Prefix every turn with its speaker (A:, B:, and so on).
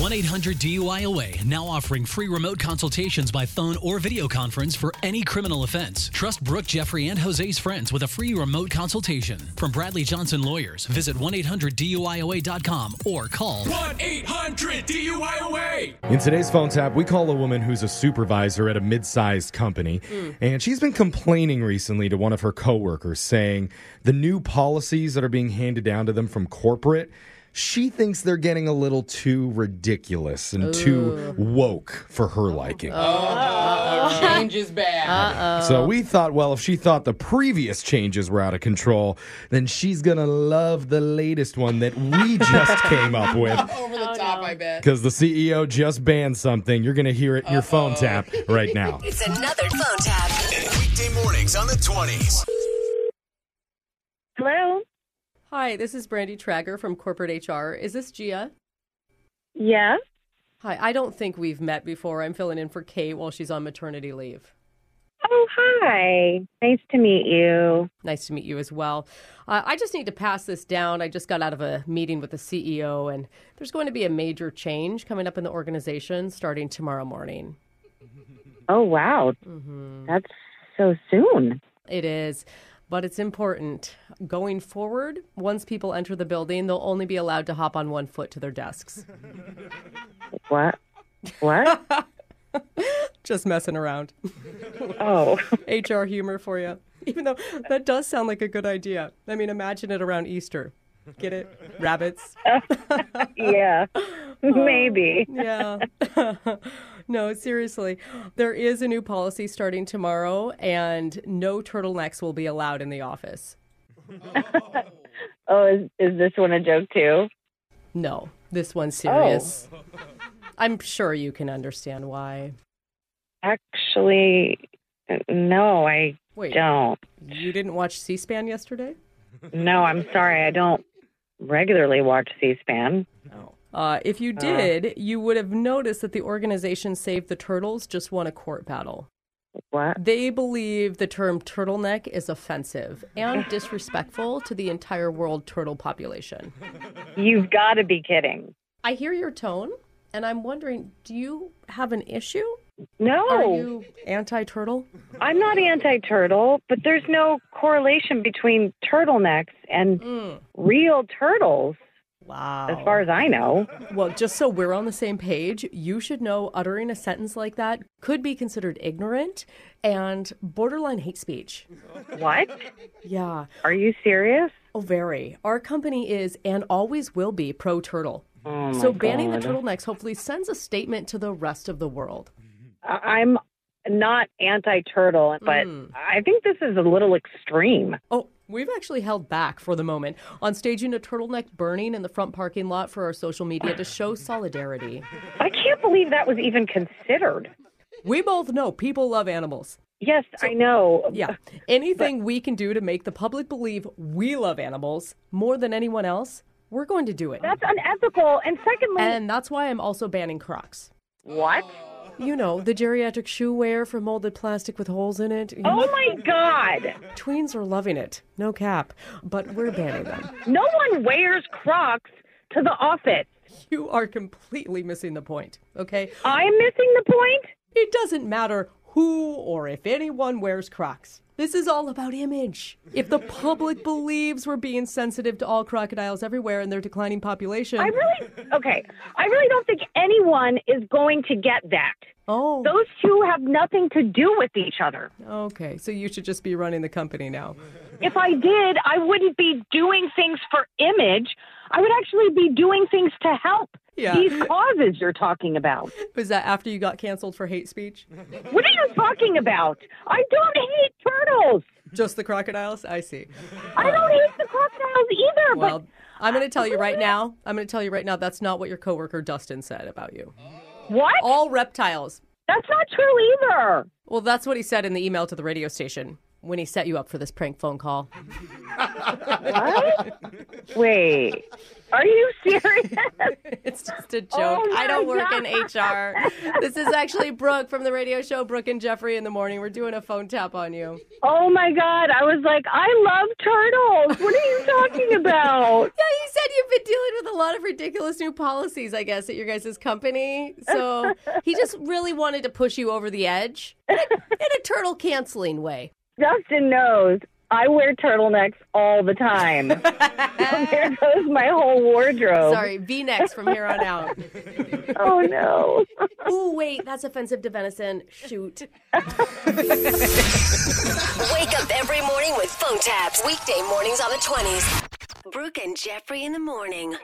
A: 1 800 DUIOA now offering free remote consultations by phone or video conference for any criminal offense. Trust Brooke, Jeffrey, and Jose's friends with a free remote consultation. From Bradley Johnson Lawyers, visit 1 800 DUIOA.com or call
B: 1 800 DUIOA.
C: In today's phone tap, we call a woman who's a supervisor at a mid-sized company, and she's been complaining recently to one of her coworkers saying the new policies that are being handed down to them from corporate, she thinks they're getting a little too ridiculous and too woke for her liking.
D: Change is bad.
C: So we thought, well, if she thought the previous changes were out of control, then she's going to love the latest one that we just came up with.
D: Over the top, I bet.
C: Because the CEO just banned something. You're going to hear it in your phone tap right now.
E: It's another phone tap.
F: Weekday mornings on the 20s.
G: Hello.
H: Hi, this is Brandy Trager from Corporate HR. Is this Gia?
G: Yeah.
H: Hi, I don't think we've met before. I'm filling in for Kate while she's on maternity leave.
G: Oh, hi. Nice to meet you.
H: Nice to meet you as well. Uh, I just need to pass this down. I just got out of a meeting with the CEO, and there's going to be a major change coming up in the organization starting tomorrow morning.
G: Oh, wow. That's so soon.
H: It is, but it's important. Going forward, once people enter the building, they'll only be allowed to hop on one foot to their desks.
G: What? What?
H: Just messing around.
G: oh,
H: HR humor for you. Even though that does sound like a good idea. I mean, imagine it around Easter. Get it? Rabbits.
G: yeah. Maybe.
H: Yeah. no, seriously. There is a new policy starting tomorrow, and no turtlenecks will be allowed in the office.
G: Oh, is, is this one a joke too?
H: No, this one's serious. I'm sure you can understand why.
G: Actually, no, I
H: Wait,
G: don't.
H: you didn't watch C SPAN yesterday?
G: No, I'm sorry. I don't regularly watch C SPAN.
H: Uh, if you did, you would have noticed that the organization Save the Turtles just won a court battle.
G: What?
H: They believe the term turtleneck is offensive and disrespectful to the entire world turtle population.
G: You've got to be kidding.
H: I hear your tone, and I'm wondering do you have an issue?
G: No.
H: Are you anti turtle?
G: I'm not anti turtle, but there's no correlation between turtlenecks and real turtles,
H: Wow.
G: as far as I know.
H: well, just so we're on the same page, you should know uttering a sentence like that could be considered ignorant and borderline hate speech.
G: What?
H: Yeah.
G: Are you serious?
H: Oh, very. Our company is and always will be pro turtle.
G: Oh my
H: so banning
G: God.
H: the turtlenecks hopefully sends a statement to the rest of the world.
G: I- I'm not anti turtle, but I think this is a little extreme.
H: Oh, we've actually held back for the moment on staging a turtleneck burning in the front parking lot for our social media to show solidarity.
G: I can't believe that was even considered.
H: We both know people love animals.
G: Yes, I know.
H: Yeah. Anything we can do to make the public believe we love animals more than anyone else, we're going to do it.
G: That's unethical. And secondly,
H: And that's why I'm also banning Crocs.
G: what?
H: You know, the geriatric shoe wear from molded plastic with holes in it. You know,
G: Oh my God.
H: tweens are loving it. No cap. But we're banning them.
G: No one wears Crocs to the office.
H: You are completely missing the point, okay?
G: I'm missing the point.
H: It doesn't matter who or if anyone wears Crocs. This is all about image. If the public believes we're being sensitive to all crocodiles everywhere and their declining population,
G: I really, okay, I really don't think anyone is going to get that.
H: oh,
G: Those two have nothing to do with each other.
H: okay. So you should just be running the company now.
G: If I did, I wouldn't be doing things for image. I would actually be doing things to help
H: Yeah.
G: these causes you're talking about.
H: Was that after you got canceled for hate speech?
G: What are you talking about? I don't hate turtles.
H: Just the crocodiles? I see.
G: I don't hate the crocodiles either,
H: Well, I'm going to tell you right now. I'm going to tell you right now that's not what your coworker Dustin said about you.
G: but what?
H: All reptiles.
G: That's not true either.
H: Well, that's what he said in the email to the radio station when he set you up for this prank phone call.
G: Wait, are you serious?
H: It's just a joke.
G: Oh
H: I don't
G: my
H: work in HR. This is actually Brooke from the radio show Brooke and Jeffrey in the morning. We're doing a phone tap on you.
G: oh my God. I was like, I love turtles. What are you talking about?
H: Yeah, he said you've been dealing with a lot of ridiculous new policies, I guess, at your guys' company. So he just really wanted to push you over the edge in a, in a turtle canceling way.
G: Justin knows I wear turtlenecks all the time. so there goes my whole wardrobe.
H: Sorry, V necks from here on out.
G: Oh, no.
H: Ooh, wait, that's offensive to venison. Shoot.
I: Wake up every morning with phone taps. Weekday mornings on the 20s. Brooke and Jeffrey in the morning.